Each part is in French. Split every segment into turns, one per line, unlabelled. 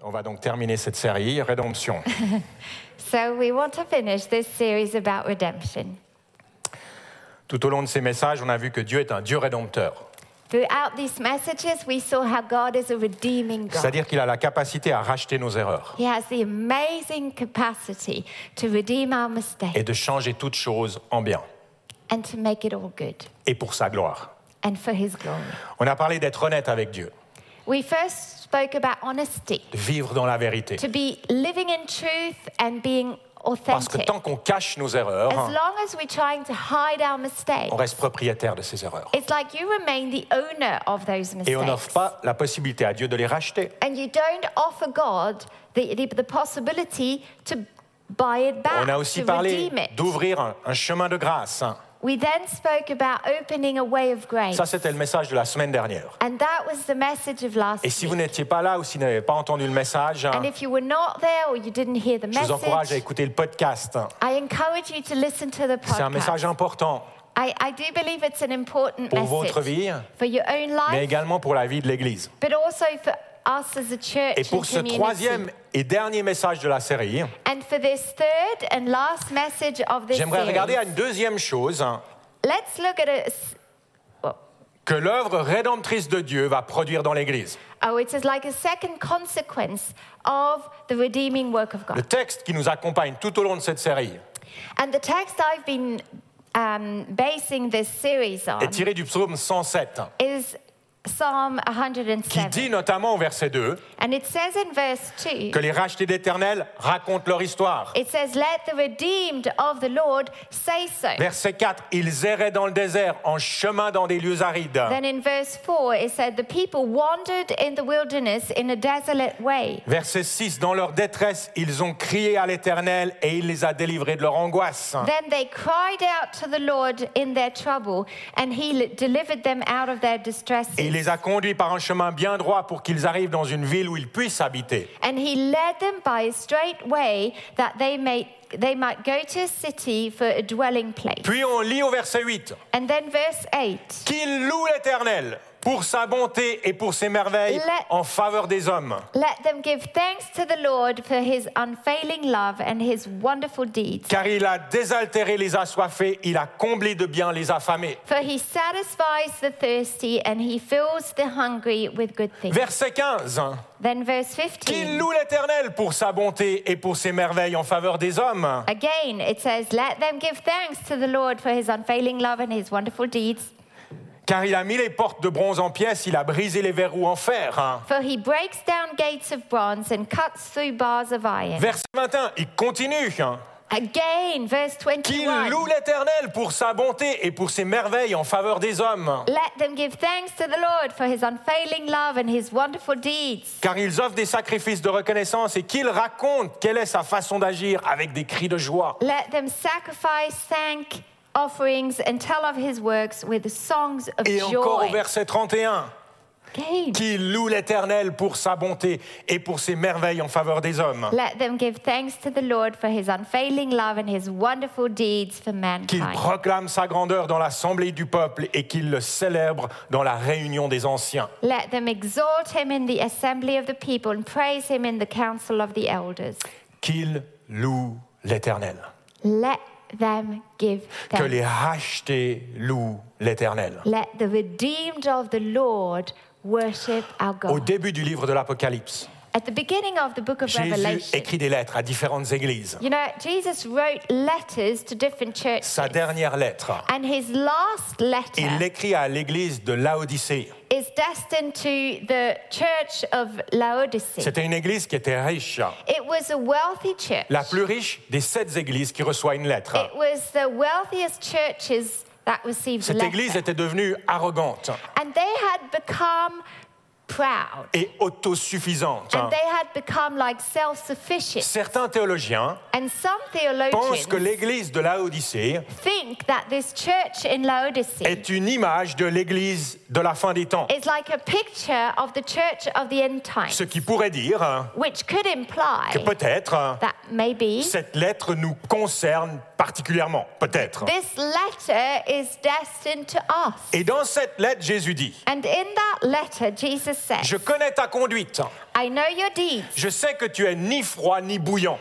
On va donc terminer cette série, Rédemption.
So we want to finish this series about redemption.
Tout au long de ces messages, on a vu que Dieu est un Dieu rédempteur.
Throughout these messages, we saw how God is a redeeming God.
C'est-à-dire qu'il a la capacité à racheter nos erreurs
He has the amazing capacity to redeem our
et
mistake
de changer toutes choses en bien
and to make it all good
et pour sa gloire.
and for His glory.
On a parlé d'être honnête avec Dieu,
We first spoke about honesty,
de vivre dans la vérité.
to be living in truth and being
Parce que
authentic.
tant qu'on cache nos
As
erreurs,
long as we're trying to hide our mistake,
on reste propriétaire de ces erreurs.
it's like you remain the owner of those
Et on n'offre
mistakes.
pas la possibilité à Dieu de les racheter.
And you don't offer God the, the, the possibility to buy it back,
On a aussi
to
parlé
redeem it.
d'ouvrir un, un chemin de grâce. hein.
We then spoke about opening a way of grace.
Ça, c'était le message de la semaine dernière.
and that was the message of last
Et si vous
week.
n'étiez pas là ou si vous n'avez pas entendu le message, hein,
and if you were not there or you didn't hear the
je vous encourage à
message,
écouter le podcast.
I encourage you to listen to the
C'est un
podcast.
message important
I, I do believe it's an important
pour
message
votre vie,
for your own
mais
life,
également pour la vie de l'Église.
but also for us as a church
Et pour
and
ce
community.
troisième et dernier message de la série,
and for this third and last message of this
j'aimerais
series,
regarder à une deuxième chose hein,
let's look at a,
que l'œuvre rédemptrice de Dieu va produire dans l'Église.
Oh, it is like a second consequence of the redeeming work of
Le
God.
texte qui nous accompagne tout au long de cette série
And the text I've been um, basing this series
est
on
tiré du psaume 107,
is Psalm
qui
107.
dit notamment au verset 2
And it says in verse 2,
que les rachetés d'Éternel racontent leur histoire.
it says, Let the redeemed of the Lord say so.
Verset 4, ils erraient dans le désert, en chemin dans des lieux arides.
Then in verse 4, it said, The people wandered in the wilderness in a desolate way.
Verset 6, dans leur détresse, ils ont crié à l'Éternel et il les a délivrés de leur angoisse.
Then they cried out to the Lord in their trouble, and he li- delivered them out of their distresses.
Et il les a conduits par un chemin bien droit pour qu'ils arrivent dans une ville où ils puissent habiter.
And he led them by a straight way that they, may, they might go to a city for a dwelling place.
Puis on lit au verset 8,
And then verse 8
qu'ils louent l'Éternel pour sa bonté et pour ses merveilles
Let-
en faveur des hommes.
Let them give thanks to the Lord for his unfailing love and his wonderful deeds.
Car il a désaltéré les assoiffés, il a comblé de bien les affamés.
For he satisfies the thirsty and he fills the hungry with good things.
Verset 15,
then verse
qu'ils
15.
louent l'Éternel pour sa bonté et pour ses merveilles en faveur des hommes.
Again, it says, Let them give thanks to the Lord for his unfailing love and his wonderful deeds.
Car il a mis les portes de bronze en pièces, il a brisé les verrous en fer.
For he breaks down gates of bronze and cuts through bars of iron.
Verset 21, il continue. hein.
Again, verse
Qu'il
21.
loue l'Éternel pour sa bonté et pour ses merveilles en faveur des hommes.
Let them give thanks to the Lord for his unfailing love and his wonderful deeds.
Car ils offrent des sacrifices de reconnaissance et qu'ils racontent quelle est sa façon d'agir avec des cris de joie.
Let them sacrifice thank offerings and tell of his works with songs of
Et encore au
joy.
verset 31,
Again.
qu'il loue l'Éternel pour sa bonté et pour ses merveilles en faveur des hommes.
Let them give thanks to the Lord for his unfailing love and his wonderful deeds for
Qu'il
mankind.
proclame sa grandeur dans l'assemblée du peuple et qu'il le célèbre dans la réunion des anciens.
Let them exalt him in the assembly of the people and praise him in the council of the elders.
Qu'il loue l'Éternel.
Let them give
Que
thanks.
les rachetés louent l'Éternel.
Let the redeemed of the Lord worship our
Au
God.
début du livre de l'Apocalypse,
At the beginning of the book of
Jésus
Revelation,
écrit des lettres à différentes églises.
you know, Jesus wrote letters to different churches.
Sa dernière lettre,
And his last
il
letter
l'écrit à l'église de Laodicée.
is destined to the church of Laodicea.
C'était une église qui était riche,
It was a wealthy church.
la plus riche des sept églises qui reçoit une lettre.
It was the wealthiest churches that received a
Cette église
letter.
était devenue arrogante
And they had become proud.
et autosuffisante.
And they had become like self-sufficient.
Certains théologiens
And some
pensent que
theologians
l'église de Laodicée
think that this church in Laodicea
est une image de l'église de la fin des temps,
is like a picture of the church of the end time,
ce qui pourrait dire hein,
which could
que
imply
peut-être hein,
that maybe
cette lettre nous concerne particulièrement, peut-être.
this letter is destined to us.
Et dans cette lettre, Jésus dit
And in that letter, Jesus Jesus says,
Je connais ta conduite.
I know your deeds.
Je sais que tu es ni froid ni bouillant.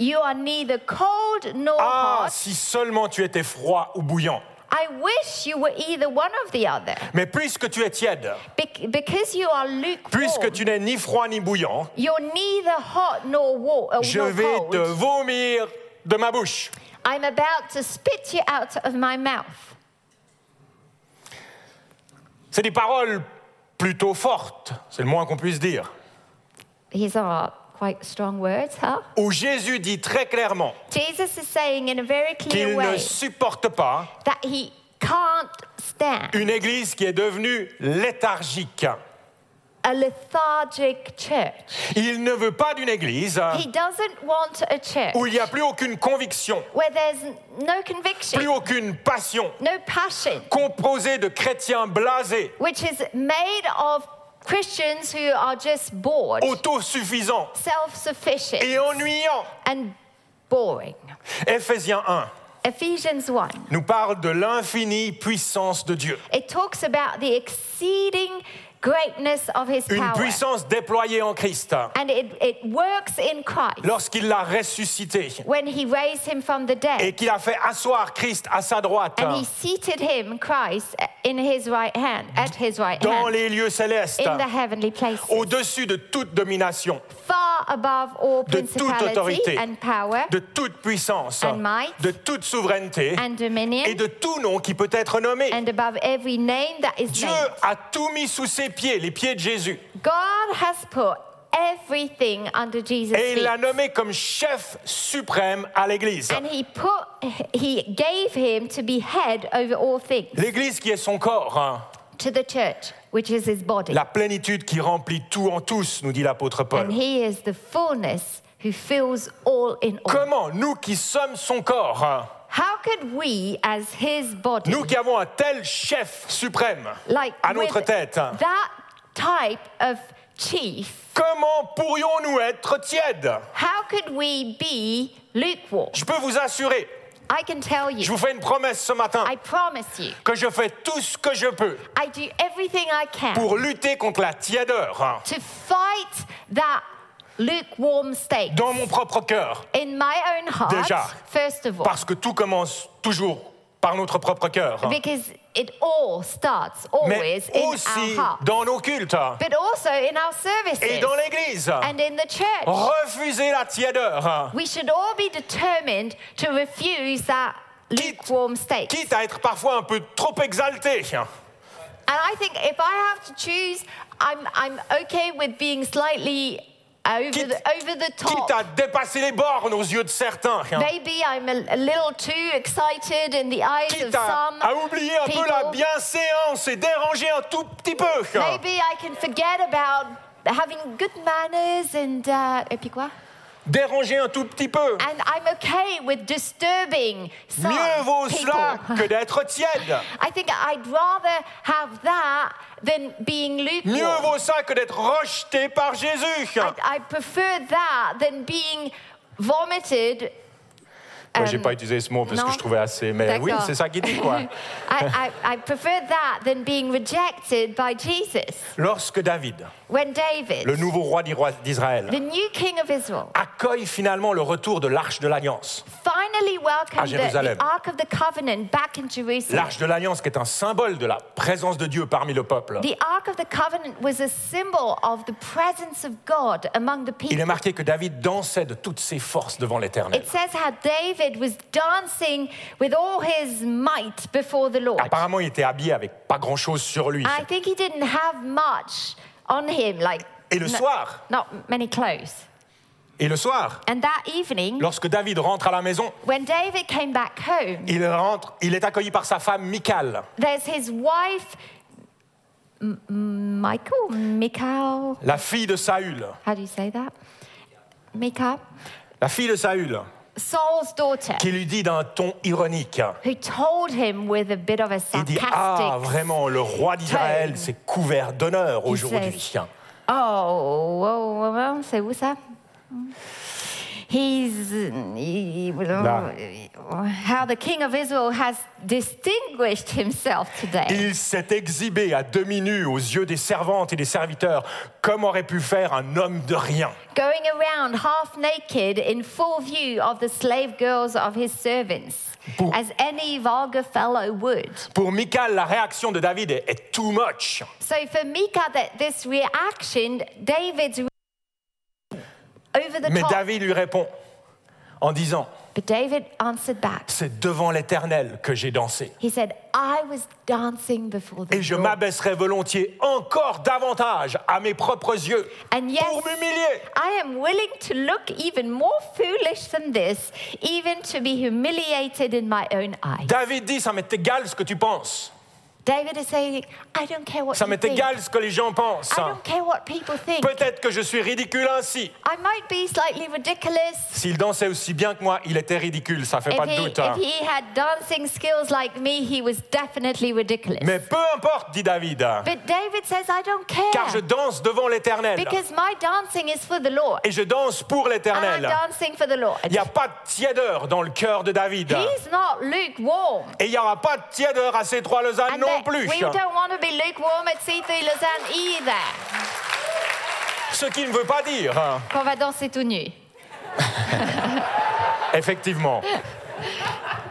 You are neither cold nor
Ah,
hot.
si seulement tu étais froid ou bouillant.
I wish you were either one of the other.
Mais puisque tu es tiède,
Bec- because you are lukewarm,
puisque tu n'es ni froid ni bouillant,
you're neither hot nor, war- uh,
je
nor
vais
cold.
te vomir de ma bouche.
I'm about to spit you out of my mouth.
C'est des paroles plutôt fortes, c'est le moins qu'on puisse dire.
These are quite strong words, huh?
Où Jésus dit très clairement
Jesus is saying in a very clear
qu'il ne
way
supporte pas
that he can't stand
une église qui est devenue léthargique.
a lethargic church.
Il ne veut pas d'une église
He doesn't want a church
où il n'y a plus aucune conviction,
where there's no
plus
conviction,
aucune passion,
no passion,
composée de chrétiens blasés,
which is made of Christians who are just bored,
Oh. autosuffisants
self sufficient,
et ennuyants.
and boring.
Éphésiens 1
Ephesians 1.
nous parle de l'infinie puissance de Dieu,
It talks about the exceeding greatness of his
une
power.
puissance déployée en Christ
And it, it works in Christ
lorsqu'il l'a ressuscité
when he raised him from the
et
dead.
qu'il a fait asseoir Christ à sa droite
And he seated him, Christ, in his right hand, at his right
dans
hand,
les lieux célestes,
in the heavenly places,
au-dessus de toute domination,
far above all
de toute
principality
autorité,
and power
de toute puissance,
And might.
de toute souveraineté
and
et
dominion,
de tout nom qui peut être nommé.
and above every name that is
Dieu
named.
a tout mis sous ses pieds, les pieds de Jésus,
God has put everything under Jesus'
et il
feet.
l'a nommé comme chef suprême à l'Église.
And he put he gave him to be head over all things
L'Église qui est son corps, hein,
to the church, which is his body.
la plénitude qui remplit tout en tous, nous dit l'apôtre Paul.
And he is the fullness who fills all in all.
Comment nous qui sommes son corps, hein,
How could we, as his body,
nous qui avons un tel chef suprême
like
à
with
notre tête, hein,
that type of chief,
comment pourrions-nous être tièdes
how could we be lukewarm?
Je peux vous assurer,
I can tell
je
you,
vous fais une promesse ce matin,
I promise you,
que je fais tout ce que je peux
I do everything I can
pour lutter contre la tièdeur hein,
to fight that lukewarm state
dans mon propre cœur.
in my own heart.
Déjà.
First of all,
Parce que tout commence toujours par notre propre cœur, hein.
because it all starts
mais
always in our
aussi
heart,
dans nos cultes hein,
but also in our services
et dans l'Église.
and in the church.
Refusez la tièdeur, hein,
We should all be determined to refuse that
Quitte-
lukewarm state.
quitte à être parfois un peu trop exalté. hein.
And I think if I have to choose, I'm, I'm okay with being slightly over,
Quitte-
the, over the top.
Quitte à dépasser les bornes aux yeux de certains. hein.
Maybe I'm a, a little too excited in the eyes of
Quitte à,
some.
à oublier un peu la
people.
bienséance et déranger un tout petit peu. hein.
Maybe I can forget about having good manners and uh, et puis quoi?
Déranger un tout petit peu.
And I'm okay with disturbing some
Mieux vaut
people.
cela que d'être tiède.
I think I'd rather have that than being lukewarm.
Mieux vaut ça que d'être rejeté par Jésus.
I, I prefer that than being vomited. Um,
Ouais, J'ai pas utilisé ce mot parce
non.
que je trouvais assez. Mais oui,
D'accord.
c'est ça qu'il dit quoi.
I, I, I prefer that than being rejected by Jesus.
Lorsque David,
When David,
le nouveau roi d'Iro- d'Israël,
the new king of Israel,
accueille finalement le retour de l'arche de l'alliance.
finally
À
welcomed the,
Ah, Jérusalem.
the Ark of the Covenant back in Jerusalem,
L'arche de l'alliance qui est un symbole de la présence de Dieu parmi le peuple.
the Ark of the Covenant was a symbol of the presence of God among the
Il
people.
est marqué que David dansait de toutes ses forces devant l'Éternel.
It says how David was dancing with all his might before the Lord.
Apparemment, il était habillé avec pas grand-chose sur lui.
I think he didn't have much on him, like
Et le
no-
soir,
not many clothes.
et le soir,
And that evening,
lorsque David rentre à la maison,
when David came back home,
il rentre, il est accueilli par sa femme Michal,
there's his wife, M- M- Michael, Michal.
la fille de Saül,
How do you say that? Michal,
la fille de Saül,
Saul's daughter,
qui lui dit d'un ton ironique.
who told him with a bit of a
Il dit Ah,
sarcastic,
vraiment, le roi d'Israël s'est couvert d'honneur
He says-
aujourd'hui.
oh, oh, oh, oh, c'est où ça? he's he- how the king of Israel has distinguished himself today.
Il s'est exhibé à demi nu aux yeux des servantes et des serviteurs, comme aurait pu faire un homme de rien.
Going around half naked in full view of the slave girls of his servants,
Pour-
as any vulgar fellow would.
Pour Michal, la réaction de David est, est too much.
So for Mika, that this reaction, David's re- over the
Mais
top.
David lui répond en disant
but David answered back.
C'est devant l'Éternel que j'ai dansé.
He said, I was dancing before the
Et je
Lord."
m'abaisserai volontiers encore davantage à mes propres yeux
And yes,
pour m'humilier.
I am willing to look even more foolish than this, even to be humiliated in my own eye.
David dit Ça m'est égal ce que tu penses.
David is saying, I don't care what
Ça
you
m'est
think.
égal ce que les gens pensent.
I don't care what people think.
Peut-être que je suis ridicule ainsi.
I might be slightly ridiculous.
S'il dansait aussi bien que moi, il était ridicule, ça fait pas
If
de
he,
doute. hein.
if he had dancing skills like me, he was definitely ridiculous.
Mais peu importe, dit David,
But David says, I don't care.
car je danse devant l'Éternel.
Because my dancing is for the Lord.
Et je danse pour
And I'm
l'Éternel.
dancing for the Lord.
Il n'y a pas de tiédeur dans le cœur de David.
He's not lukewarm.
Et il n'y aura pas de tiédeur à ces trois Lausanne non
And that-
plus.
We don't want to be lukewarm at C3 Lausanne either.
Ce qui ne veut pas dire, hein,
Qu'on va danser tout nu.
effectivement,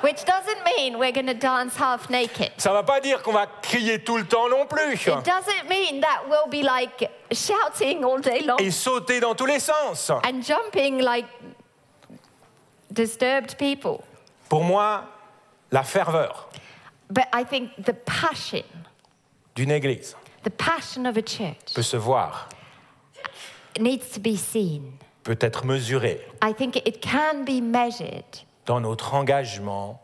Which doesn't mean we're going to dance half naked.
ça ne va pas dire qu'on va crier tout le temps non plus.
It doesn't mean that we'll be like shouting all day long
Et sauter dans tous les sens.
and jumping like disturbed people.
Pour moi, la ferveur
But I think the passion,
d'une église
the passion of a church
peut se voir,
needs to be seen.
peut être mesurée
I think it can be measured
dans notre engagement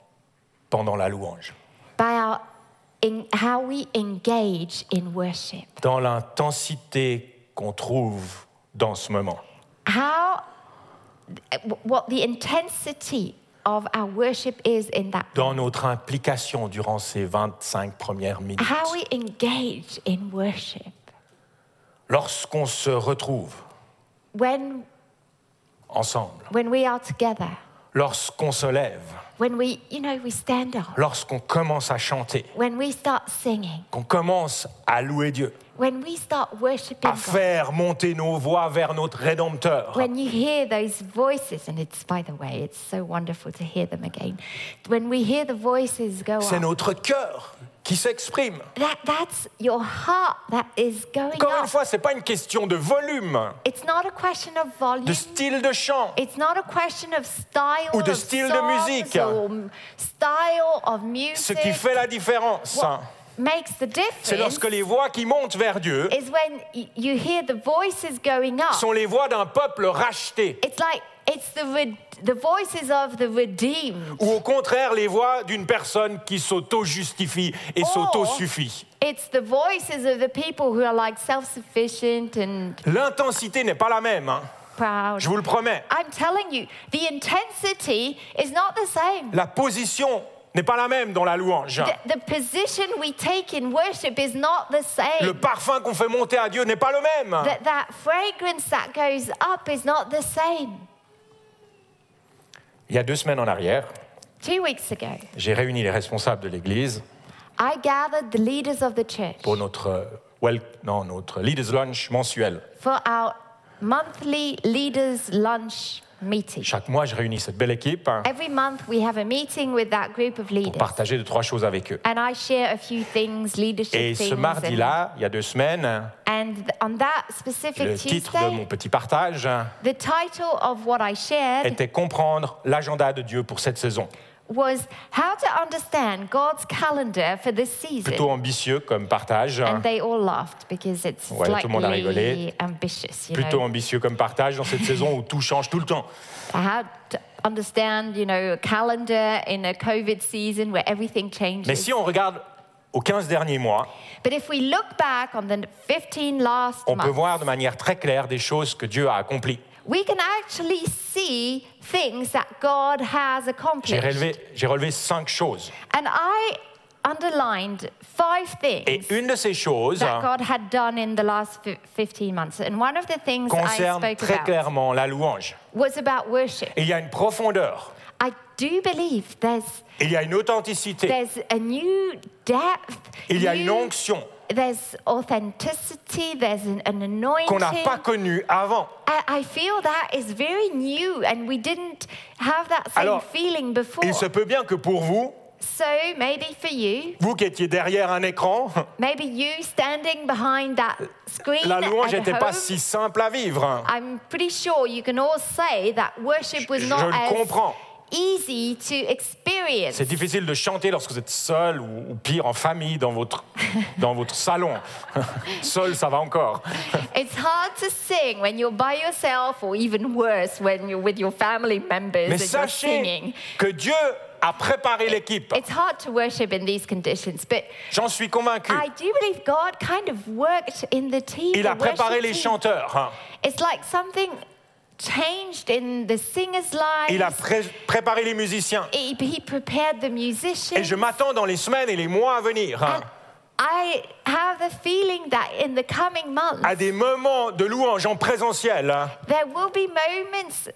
pendant la louange,
by our, in, how we engage in worship.
dans l'intensité qu'on trouve dans ce moment.
How, what the intensity of our worship is in that.
dans notre implication durant ces 25 premières minutes.
How we engage in worship.
Lorsqu'on se retrouve
When,
ensemble,
when we are together,
lorsqu'on se lève,
when we, you know, we stand up,
lorsqu'on commence à chanter,
when we start singing,
qu'on commence à louer Dieu,
when we start worshiping
à
God,
faire monter nos voix vers notre Rédempteur,
when you hear those voices, and it's, by the way, it's so wonderful to hear them again. When we hear the voices go
c'est
up,
notre cœur qui s'exprime.
That, that's your heart that is going
Encore une
up.
fois, ce n'est pas une question de volume,
It's not a question of
de
volume.
style de chant,
It's not a question of style
Ou de
of
style de
songs
musique.
or m- style of music.
ce qui fait la différence. hein.
What makes the difference
C'est lorsque les voix qui montent vers Dieu
is when y- you hear the voices going up.
sont les voix d'un peuple racheté,
it's like it's the re- the voices of the redeemed.
ou au contraire les voix d'une personne qui s'auto-justifie et
Oh.
s'auto-suffit.
It's the voices of the people who are like self-sufficient and
L'intensité n'est pas la même, hein.
proud.
je vous le promets.
I'm telling you, the intensity is not the same.
La position n'est pas la même dans la louange.
The, the position we take in worship is not the same.
Le parfum qu'on fait monter à Dieu n'est pas le même.
that, that fragrance that goes up is not the same.
Il y a deux semaines en arrière,
Two weeks ago,
j'ai réuni les responsables de l'Église
I gathered the leaders of the church
pour notre, euh, wel- non, notre Leaders Lunch mensuel.
for our monthly leaders' lunch meeting.
Chaque mois, je réunis cette belle équipe hein,
Every month, we have a meeting with that group of
pour
leaders,
partager deux, trois choses avec eux.
and I share a few things, leadership
Et
things.
ce mardi-là, il y a deux semaines, hein,
and, and on that
le
specific
titre de mon
Tuesday,
petit partage hein,
the title of what I shared
était Comprendre l'agenda de Dieu pour cette saison.
was how to understand God's calendar for this season.
Plutôt ambitieux comme partage. hein.
And they all laughed because it's
Ouais, tout le monde a rigolé.
slightly ambitious, you
plutôt
know.
ambitieux comme partage dans cette saison où tout change tout le temps.
How to understand, you know, a calendar in a COVID season where everything
Mais
changes.
si on regarde aux 15 derniers mois,
But if we look back on the 15 last
on peut
months,
voir de manière très claire des choses que Dieu a accomplies.
we can actually see things that God has
J'ai
accomplished.
relevé, j'ai relevé cinq choses.
And I underlined five
Et
things
une de ces choses hein,
that God had done in the last fi- 15 months. And one of the things I
concerne
spoke
très
about
clairement la louange.
was about worship.
Et il y a une profondeur,
I do believe there's
Et il y a une authenticité,
there's a new depth.
il y a
new-
une onction
There's authenticity. There's an, an
qu'on
anointing.
n'a pas connue avant.
I, I feel that is very new, and we didn't have that same
Alors,
feeling before.
Il se peut bien que pour vous,
So maybe for you,
vous qui étiez derrière un écran,
maybe you standing behind that screen
la louange
at
n'était
home,
pas si simple à vivre.
I'm pretty sure you can all say that worship was
Je-
not
je le
as
comprends.
easy to experience.
C'est difficile de chanter lorsque vous êtes seul ou, ou pire en famille dans votre, dans votre salon. seul, ça va encore.
It's hard to sing when you're by yourself, or even worse, when you're with your family members
Mais
and you're
sachez
singing.
que Dieu a préparé l'équipe.
It's hard to worship in these conditions, but
J'en suis convaincu.
I do believe God kind of worked in the team.
Il
the
a préparé
worship
les
team.
chanteurs. hein.
It's like something changed in the singer's
Il a
lives.
pré- préparé les musiciens.
He, he prepared the
Et
musicians.
je m'attends dans les semaines et les mois à venir hein,
And I have the feeling that in the coming months,
à des moments de louange en présentiel hein,
there will be moments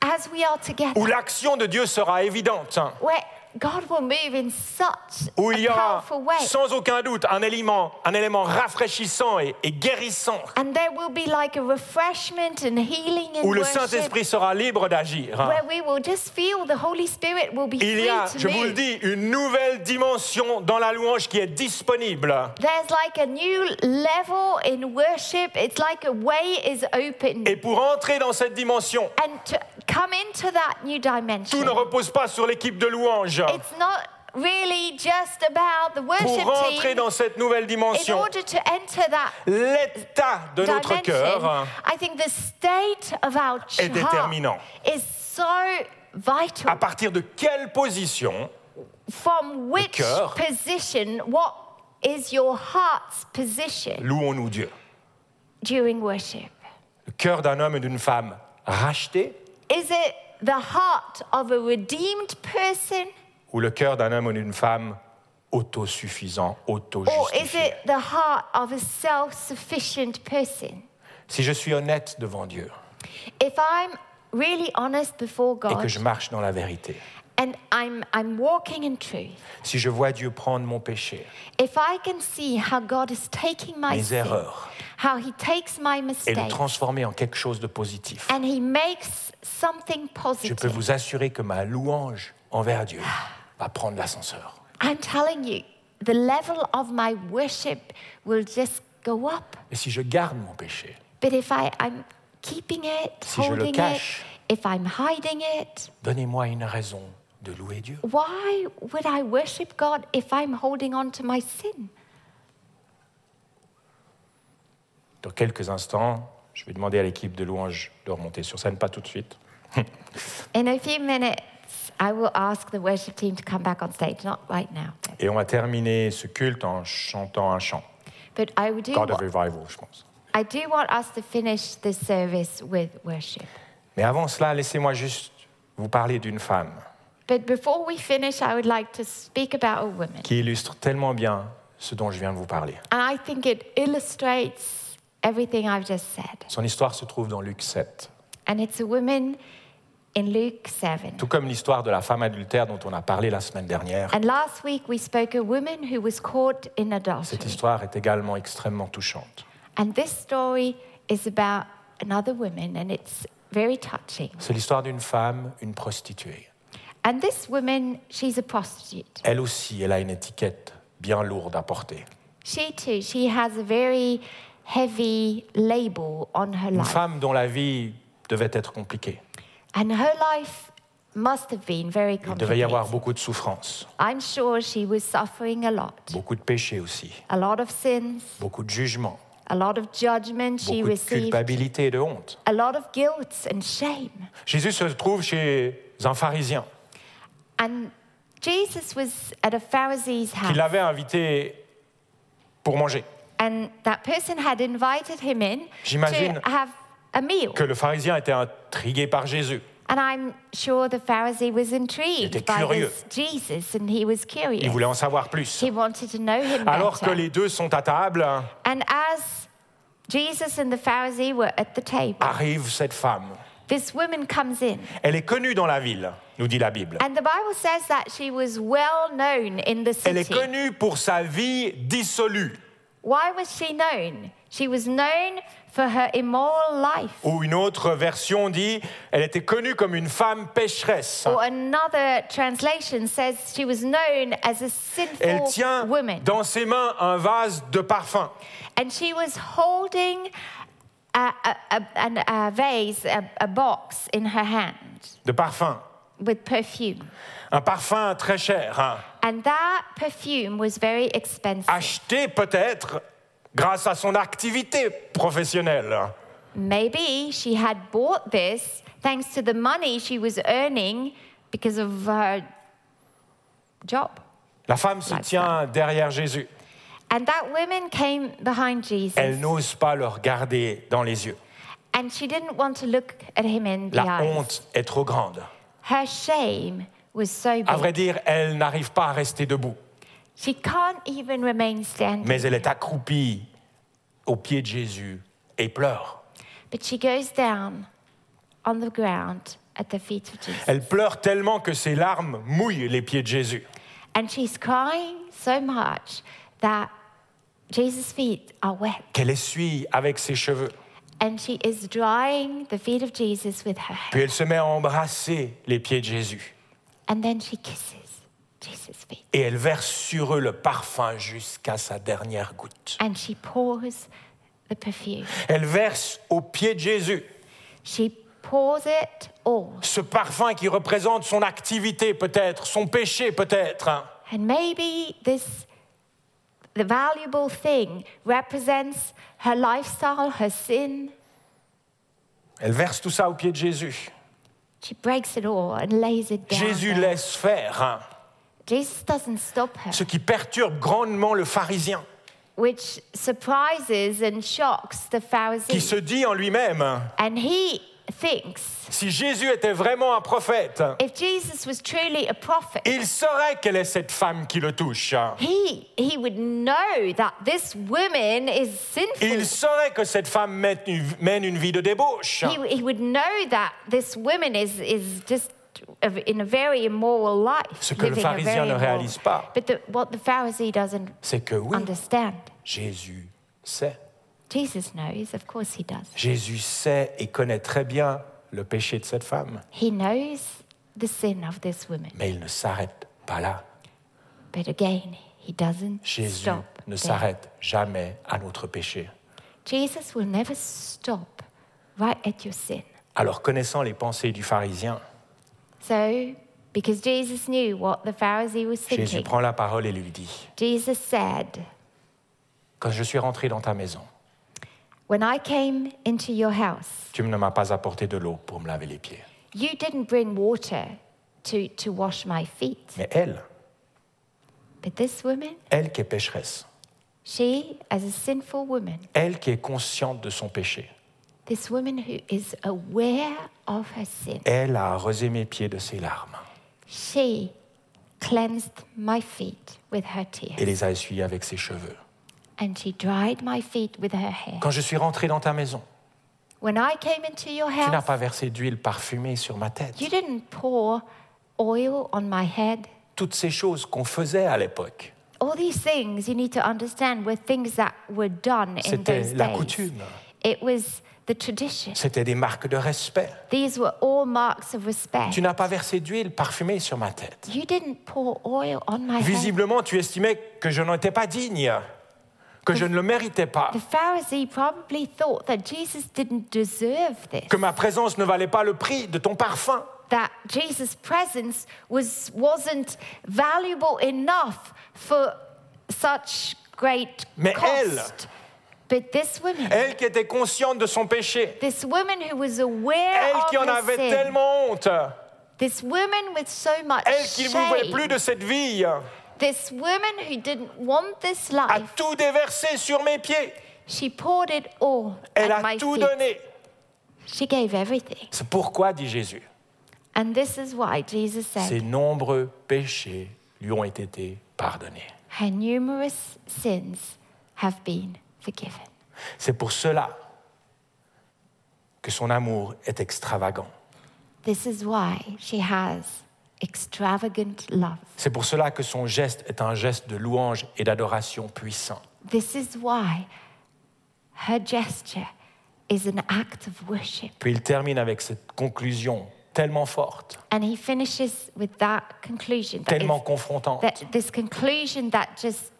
as we are together
où l'action de Dieu sera évidente, hein,
where God will move in such
où il
a
y aura
powerful way.
sans aucun doute un élément, un élément rafraîchissant et, et guérissant,
and there will be like a refreshment and healing in
où le
worship,
Saint-Esprit sera libre d'agir. hein.
where we will just feel the Holy Spirit will be
Il
free
y a,
to
je vous le
move.
dis, une nouvelle dimension dans la louange qui est disponible.
There's like a new level in worship. It's like a way is open.
Et pour entrer dans cette dimension,
and to come into that new
tout
dimension.
ne repose pas sur l'équipe de louange.
It's not really just about the worship
Pour entrer
team.
dans cette nouvelle
In
dimension,
order to enter that
l'état de notre
dimension,
cœur
I think the state of our heart
déterminant. Ah,
is so vital.
à partir de quelle position
From which
cœur.
position, what is your heart's position
louons-nous Dieu
during worship?
Le cœur d'un homme et d'une femme racheté
Is it the heart of a redeemed person
ou le cœur d'un homme ou d'une femme autosuffisant,
or is
autojustifié
it the heart of a self sufficient person?
Si je suis honnête devant Dieu
If I'm really honest before
et
God
que je marche dans la vérité,
and I'm, I'm walking in truth,
si je vois Dieu prendre mon péché,
if I can see how God is taking my
Mes
sin,
erreurs.
how He takes my
et le
mistakes,
transformer en quelque chose de positif,
and He makes something
je peux
positive,
vous assurer que ma louange envers Dieu va prendre l'ascenseur.
I'm telling you, the level of my worship will just go up.
Et si je garde mon péché,
But if I, I'm keeping it,
Si je le
holding it,
cache.
if I'm hiding it,
donnez-moi une raison de louer Dieu.
why would I worship God if I'm holding on to my sin?
Dans quelques instants, je vais demander à l'équipe de louange de remonter sur scène, pas tout de suite.
In a few minutes, I will ask the worship team to come back on stage. Not right now, but,
Et on va terminer ce culte en chantant un chant.
but I do.
God of
wa-
Revival, je pense.
I do want us to finish this service with worship.
Mais avant cela, laissez-moi juste vous parler d'une femme
But before we finish, I would like to speak about a woman,
qui illustre tellement bien ce dont je viens de vous parler.
and I think it illustrates everything I've just said.
Son histoire se trouve dans Luc 7,
And it's a woman in Luke seven.
tout comme l'histoire de la femme adultère dont on a parlé la semaine dernière.
And last week we spoke a woman who was caught in
Cette
adultery,
histoire est également extrêmement touchante.
and this story is about another woman, and it's very touching.
C'est l'histoire d'une femme, une prostituée.
And this woman, she's a prostitute.
Elle aussi, elle a une étiquette bien lourde à porter.
She too, she has a very heavy label on her
Une
life.
femme dont la vie devait être compliquée.
And her life must have been very
Il devait y
complicated.
avoir beaucoup de souffrances,
I'm sure she was suffering a lot.
beaucoup de péchés aussi,
A lot of sins,
beaucoup de jugements,
a lot of judgment she
beaucoup de
received,
culpabilité et de honte.
a lot of guilt and shame.
Jésus se trouve chez un pharisien
And Jesus was at a Pharisee's
qui
house,
l'avait invité pour manger.
and that person had invited him in
J'imagine
to have a meal.
Que le pharisien était intrigué par Jésus.
And I'm sure the Pharisee was
était
intrigued by
curieux.
this Jesus and he was curious.
Il voulait en savoir plus.
He wanted to know him
Alors que
better.
les deux sont à table,
And as Jesus and the Pharisee were at the table,
arrive cette femme.
this woman comes in.
Elle est connue dans la ville, nous dit la Bible.
And the Bible says that she was well known in the
Elle est
city.
connue pour sa vie dissolue,
Why was she known? She was known for her immoral life.
ou une autre version dit, elle était connue comme une femme pécheresse.
Or another translation says she was known as a sinful
Elle tient
woman.
dans ses mains un vase de parfum.
And she was holding a, a, a, an- a vase, a, a box in her hand
De parfum.
with perfume.
Un parfum très cher, hein,
And that perfume was very expensive,
acheté peut-être grâce à son activité professionnelle.
Maybe she had bought this thanks to the money she was earning because of her job.
La femme se
Like
tient derrière Jésus.
And that woman came behind Jesus
Elle n'ose pas le regarder dans les yeux.
and she didn't want to look at him in the
La
eyes.
honte est trop grande.
Her shame was so
À
big.
vrai dire, elle n'arrive pas à rester debout,
She can't even remain standing.
mais elle est accroupie aux pieds de Jésus et pleure.
But she goes down on the ground at the feet of Jesus.
Elle pleure tellement que ses larmes mouillent les pieds de Jésus.
And she's crying so much that Jesus' feet are wet.
qu'elle essuie avec ses cheveux.
And she is drying the feet of Jesus with her hair.
Puis elle se met à embrasser les pieds de Jésus.
And then she kisses Jesus' feet.
Et elle verse sur eux le parfum jusqu'à sa dernière goutte.
And she pours the perfume.
Elle verse aux pieds de Jésus
She pours it all.
ce parfum qui représente son activité peut-être, son péché peut-être. hein.
And maybe this, the valuable thing, represents her lifestyle, her sin.
Elle verse tout ça aux pieds de Jésus.
She breaks it all and lays it down.
Jésus
there.
laisse faire hein,
Jesus doesn't stop her,
ce qui perturbe grandement le pharisien,
which surprises and shocks the
qui
Pharisee.
se dit en lui-même, hein,
And he thinks
si Jésus était vraiment un prophète, hein,
if Jesus was truly a prophet,
il saurait quelle est cette femme qui le touche. hein.
he, he would know that this woman is
Il
sinful.
saurait que cette femme mène une- mène une vie de débauche.
He, he would know that this woman is, is just a- in a very immoral life.
Ce que le
living a
pharisien
very
ne
immoral-
réalise pas.
But the, what the Pharisee doesn't
C'est que oui,
understand,
Jésus sait.
Jesus knows, of course he does.
Jésus sait et connaît très bien le péché de cette femme,
He knows the sin of this woman.
mais il ne s'arrête pas là.
But again, he doesn't
Jésus
stop.
ne
there.
s'arrête jamais à notre péché.
Jesus will never stop right at your sin.
Alors connaissant les pensées du pharisien,
So, because Jesus knew what the Pharisee was thinking,
Jésus prend la parole et lui dit,
Jesus said,
quand je suis rentré dans ta maison,
When I came into your house,
tu ne m'as pas apporté de l'eau pour me laver les pieds.
you didn't bring water to, to wash my feet.
Mais elle,
But this woman,
elle qui est pécheresse,
she, as a sinful woman,
elle qui est consciente de son péché,
this woman who is aware of her sin,
Elle a arrosé mes pieds de ses larmes
she cleansed my feet with her tears.
et les a essuyés avec ses cheveux.
And she dried my feet with her hair.
Quand je suis rentré dans ta maison,
When I came into your
tu n'as
house,
pas versé d'huile parfumée sur ma tête.
you didn't pour oil on my head.
Toutes ces choses qu'on faisait à l'époque,
All these things you need to understand were things that were done in
c'était
those
la
days.
coutume,
It was the tradition.
c'était des marques de respect.
These were all marks of respect.
Tu n'as pas versé d'huile parfumée sur ma tête.
You didn't pour oil on my head.
Visiblement, tu estimais que je n'en étais pas digne, que je ne le méritais pas,
The Pharisee probably thought that Jesus didn't deserve this,
que ma présence ne valait pas le prix de ton parfum.
that Jesus' presence was, wasn't valuable enough for such great
Mais elle-
cost. But this woman,
Elle qui était consciente de son péché,
this woman who was aware
elle qui
of
en
her
avait
sin,
tellement honte,
this woman with so much
elle qui ne voulait
shame,
plus de cette vie.
this woman who didn't want this
a
life,
tout déversé sur mes pieds.
she poured it all
Ah. Elle
at
a
my
tout
feet.
donné.
She gave everything.
C'est pourquoi, dit Jésus,
And this is why Jesus
Ses
said,
nombreux péchés lui ont été pardonnés.
Her numerous sins have been forgiven.
C'est pour cela que son amour est extravagant.
This is why she has extravagant love.
C'est pour cela que son geste est un geste de louange et d'adoration puissant.
This is why her gesture is an act of worship.
Puis il termine avec cette conclusion tellement forte,
And he finishes with that conclusion. That, is-
tellement confrontante.
that this conclusion that just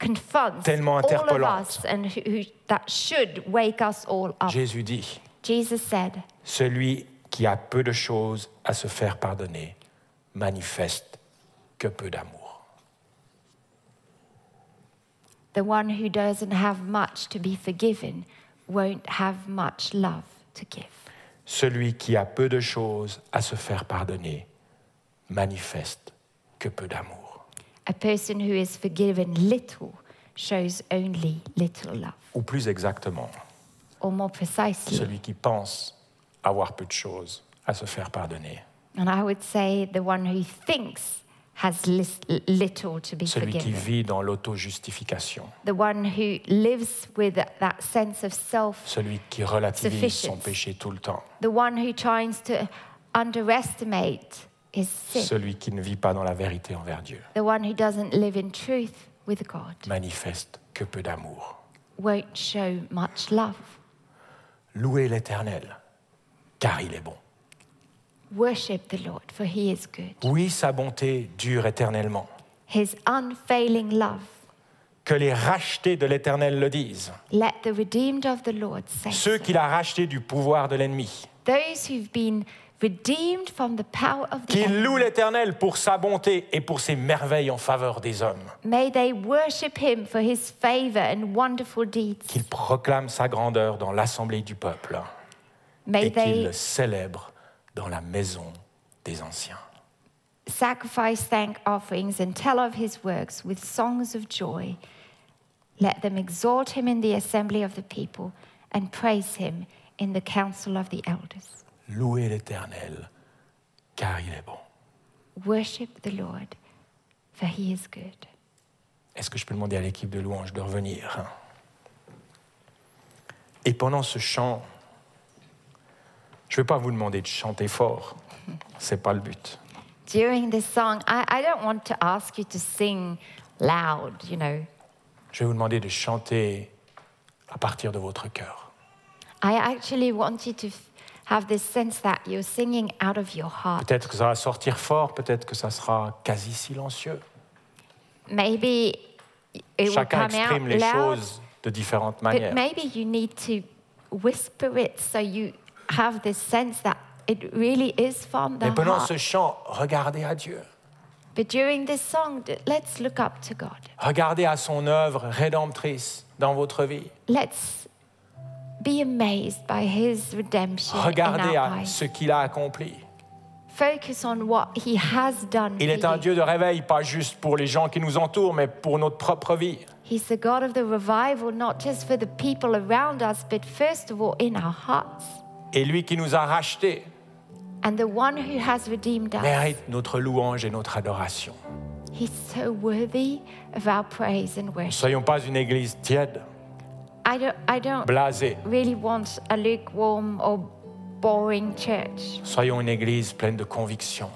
confronts
Tellement
all of
interpellante.
us and who, who, that should wake us all up.
Jésus dit,
Jesus said,
celui qui a peu de choses à se faire pardonner manifeste que peu d'amour.
The one who doesn't have much to be forgiven won't have much love to give.
Celui qui a peu de choses à se faire pardonner manifeste que peu d'amour.
A person who is forgiven little shows only little love.
Ou plus exactement,
Or more precisely,
celui qui pense avoir peu de choses à se faire pardonner.
and I would say the one who thinks has lis- little to be
Celui qui
forgiven.
vit dans l'auto-justification.
The one who lives with that sense of self,
Celui qui relativise son
Sufficience.
péché tout le temps.
the one who tries to underestimate his sin,
Celui qui ne vit pas dans la vérité envers Dieu
the one who doesn't live in truth with God,
manifeste que peu d'amour.
won't show much love.
Louez l'Éternel, car il est bon.
Worship the Lord, for he is good.
Oui, sa bonté dure éternellement.
His unfailing love.
Que les rachetés de l'Éternel le disent.
Let the redeemed of the Lord say,
Ceux
so.
qu'il a rachetés du pouvoir de l'ennemi.
Those who've been redeemed from the power of the
Qu'ils
enemy,
louent l'Éternel pour sa bonté et pour ses merveilles en faveur des hommes.
may they worship him for his favor and wonderful deeds.
Qu'ils proclament sa grandeur dans l'assemblée du peuple.
May
Et qu'ils le
they
célèbrent dans la maison des anciens.
sacrifice thank offerings and tell of his works with songs of joy. Let them exalt him in the assembly of the people and praise him in the council of the elders.
Louez l'Éternel, car il est bon.
Worship the Lord, for he is good.
Est-ce que je peux demander à l'équipe de louange de revenir hein? Et pendant ce chant, je ne vais pas vous demander de chanter fort. C'est pas le but.
during this song, I, I don't want to ask you to sing loud, you know.
Je vais vous demander de chanter à partir de votre cœur.
I actually want you to f- have this sense that you're singing out of your heart.
Peut-être que ça va sortir fort, peut-être que ça sera quasi silencieux.
Maybe it will
Chacun
come out
exprime les
loud,
choses de différentes
but
manières.
maybe you need to whisper it so you have this sense that it really is from the
Mais pendant
heart.
ce chant, regardez à Dieu.
But during this song, d- let's look up to God.
Regardez à son œuvre rédemptrice dans votre vie.
Let's be amazed by His redemption in
Regardez
our
à
lives.
ce qu'il a accompli.
Focus on what He has done
Il
for
est un
you.
Dieu de réveil, pas juste pour les gens qui nous entourent, mais pour notre propre vie.
He's the God of the revival, not just for the people around us, but first of all in our hearts.
Et lui qui nous a rachetés
And the one who has redeemed us,
mérite notre louange et notre adoration.
he's so worthy of our praise and
Ne
worship.
soyons pas une église tiède,
I don't, I don't
blasée.
really want a lukewarm or boring church.
Soyons une église pleine de conviction,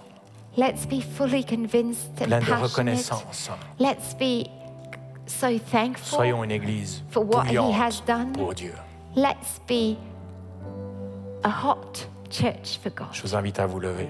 Let's be fully convinced and
pleine de
passionate.
reconnaissance.
Let's be so thankful.
Soyons une église
For what he has
bouillante
done.
pour Dieu.
Let's be a hot church for God.
Je vous invite à vous lever.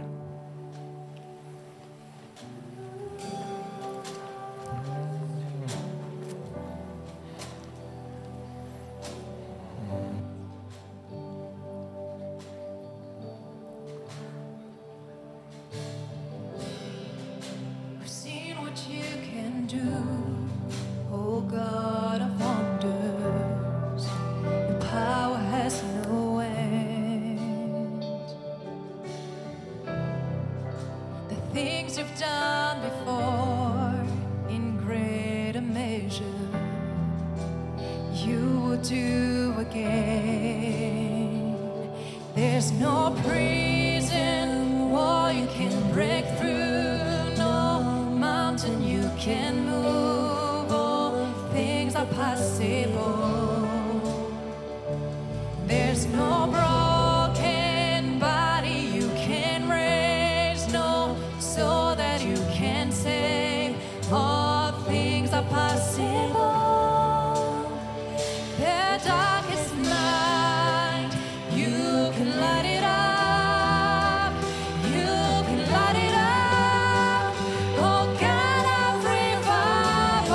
I've seen what you can do, oh God of wonders. Your power has no end. The things you've done before, in greater measure, you will do again. There's no prison wall you can break through no mountain you can move. All things are possible. There's no broken body you can raise, no soul that you can save. All things are possible. Their darkest night, you can light it Oh, up. You can light it Oh, Oh, Oh,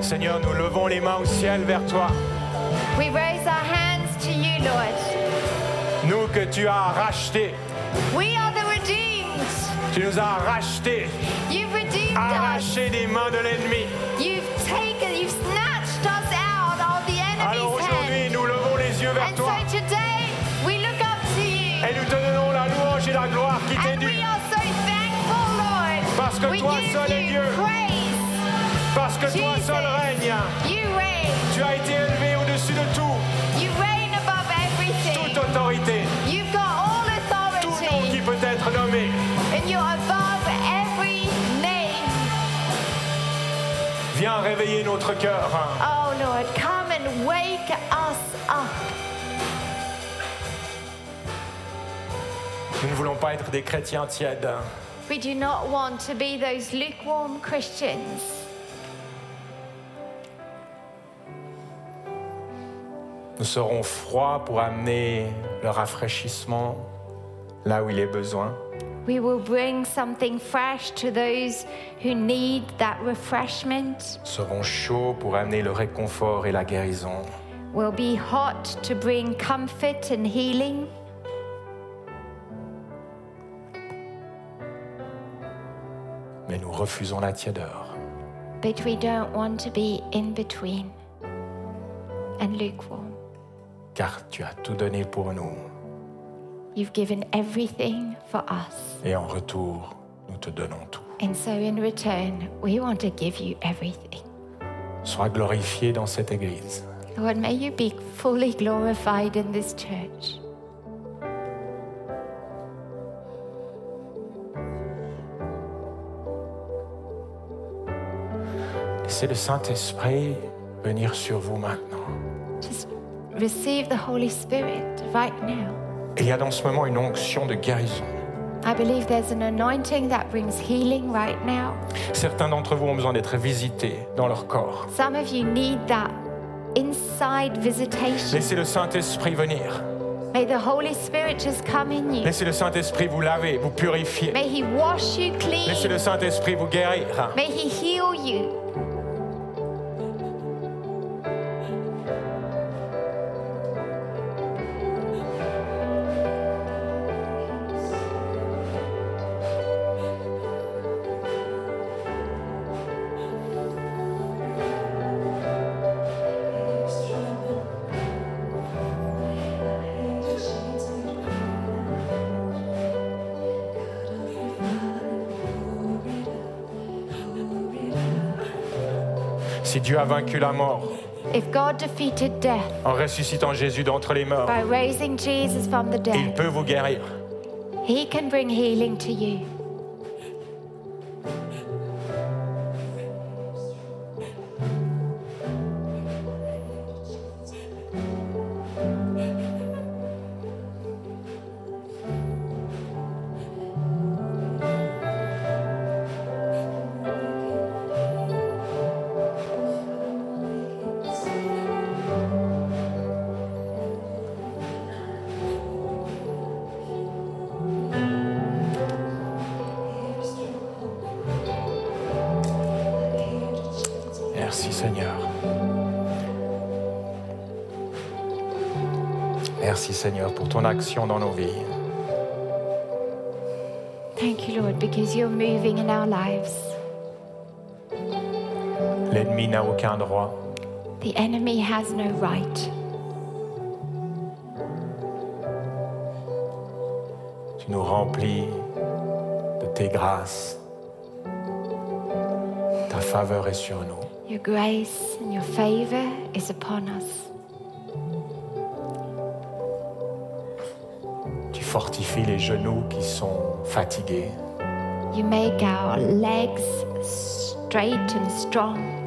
Seigneur, nous levons les mains au ciel vers toi.
We raise our hands to you, Lord.
Nous que tu as rachetés.
We are the redeemed.
Tu nous as rachetés,
You've redeemed us.
arrachés des mains de l'ennemi.
You've taken, you've snatched us out of the
Alors
enemy's
aujourd'hui,
hand.
nous levons les yeux vers
And
toi
so today, we look up to you.
et nous te donnons la louange et la gloire qui t'est
And
due.
we are so thankful, Lord.
Parce que
we
toi
give
seul est
you
Dieu.
praise.
Parce que toi
Jesus.
seul règne.
You reign.
Tu as été élevé au-dessus de tout,
You reign above
toute
everything.
autorité,
You've got all
tout nom qui
authority.
peut être nommé.
And you're above every name.
Viens réveiller notre cœur.
Oh, Lord, come and wake us up.
Nous ne voulons pas être des chrétiens tièdes.
We do not want to be those lukewarm Christians.
Nous serons froids pour amener le rafraîchissement là où il est besoin.
We will bring something fresh to those who need that refreshment.
Nous serons chauds pour amener le réconfort et la guérison.
We'll be hot to bring comfort and healing.
Mais nous refusons la tiédeur.
But we don't want to be in between and lukewarm.
car tu as tout donné pour nous.
You've given everything for us.
Et en retour, nous te donnons tout.
And so in return, we want to give you everything.
Sois glorifié dans cette Église.
Lord, may you be fully glorified in this church.
Laissez le Saint-Esprit venir sur vous maintenant.
Just receive the Holy Spirit right now.
Il y a dans ce moment une onction de guérison.
I believe there's an anointing that brings healing right now.
Certains d'entre vous ont besoin d'être visités dans leur corps.
Some of you need that inside visitation.
Laissez le Saint-Esprit venir.
May the Holy Spirit just come in you.
Laissez le Saint-Esprit vous laver, vous purifier.
May He wash you
Laissez
clean.
le Saint-Esprit vous guérir.
May He heal you.
Si Dieu a vaincu la mort
If God defeated death
en ressuscitant Jésus d'entre les morts,
by raising Jesus from the
il
dead,
peut vous guérir.
He can bring healing to you.
Merci Seigneur. Merci Seigneur pour ton action dans nos vies.
Thank you, Lord, because you're moving in our lives.
L'ennemi n'a aucun droit.
The enemy has no right.
Tu nous remplis de tes grâces. Ta faveur est sur nous.
Your grace and your favor is upon us.
Tu fortifies les genoux qui sont fatigués.
You make our legs straight and strong.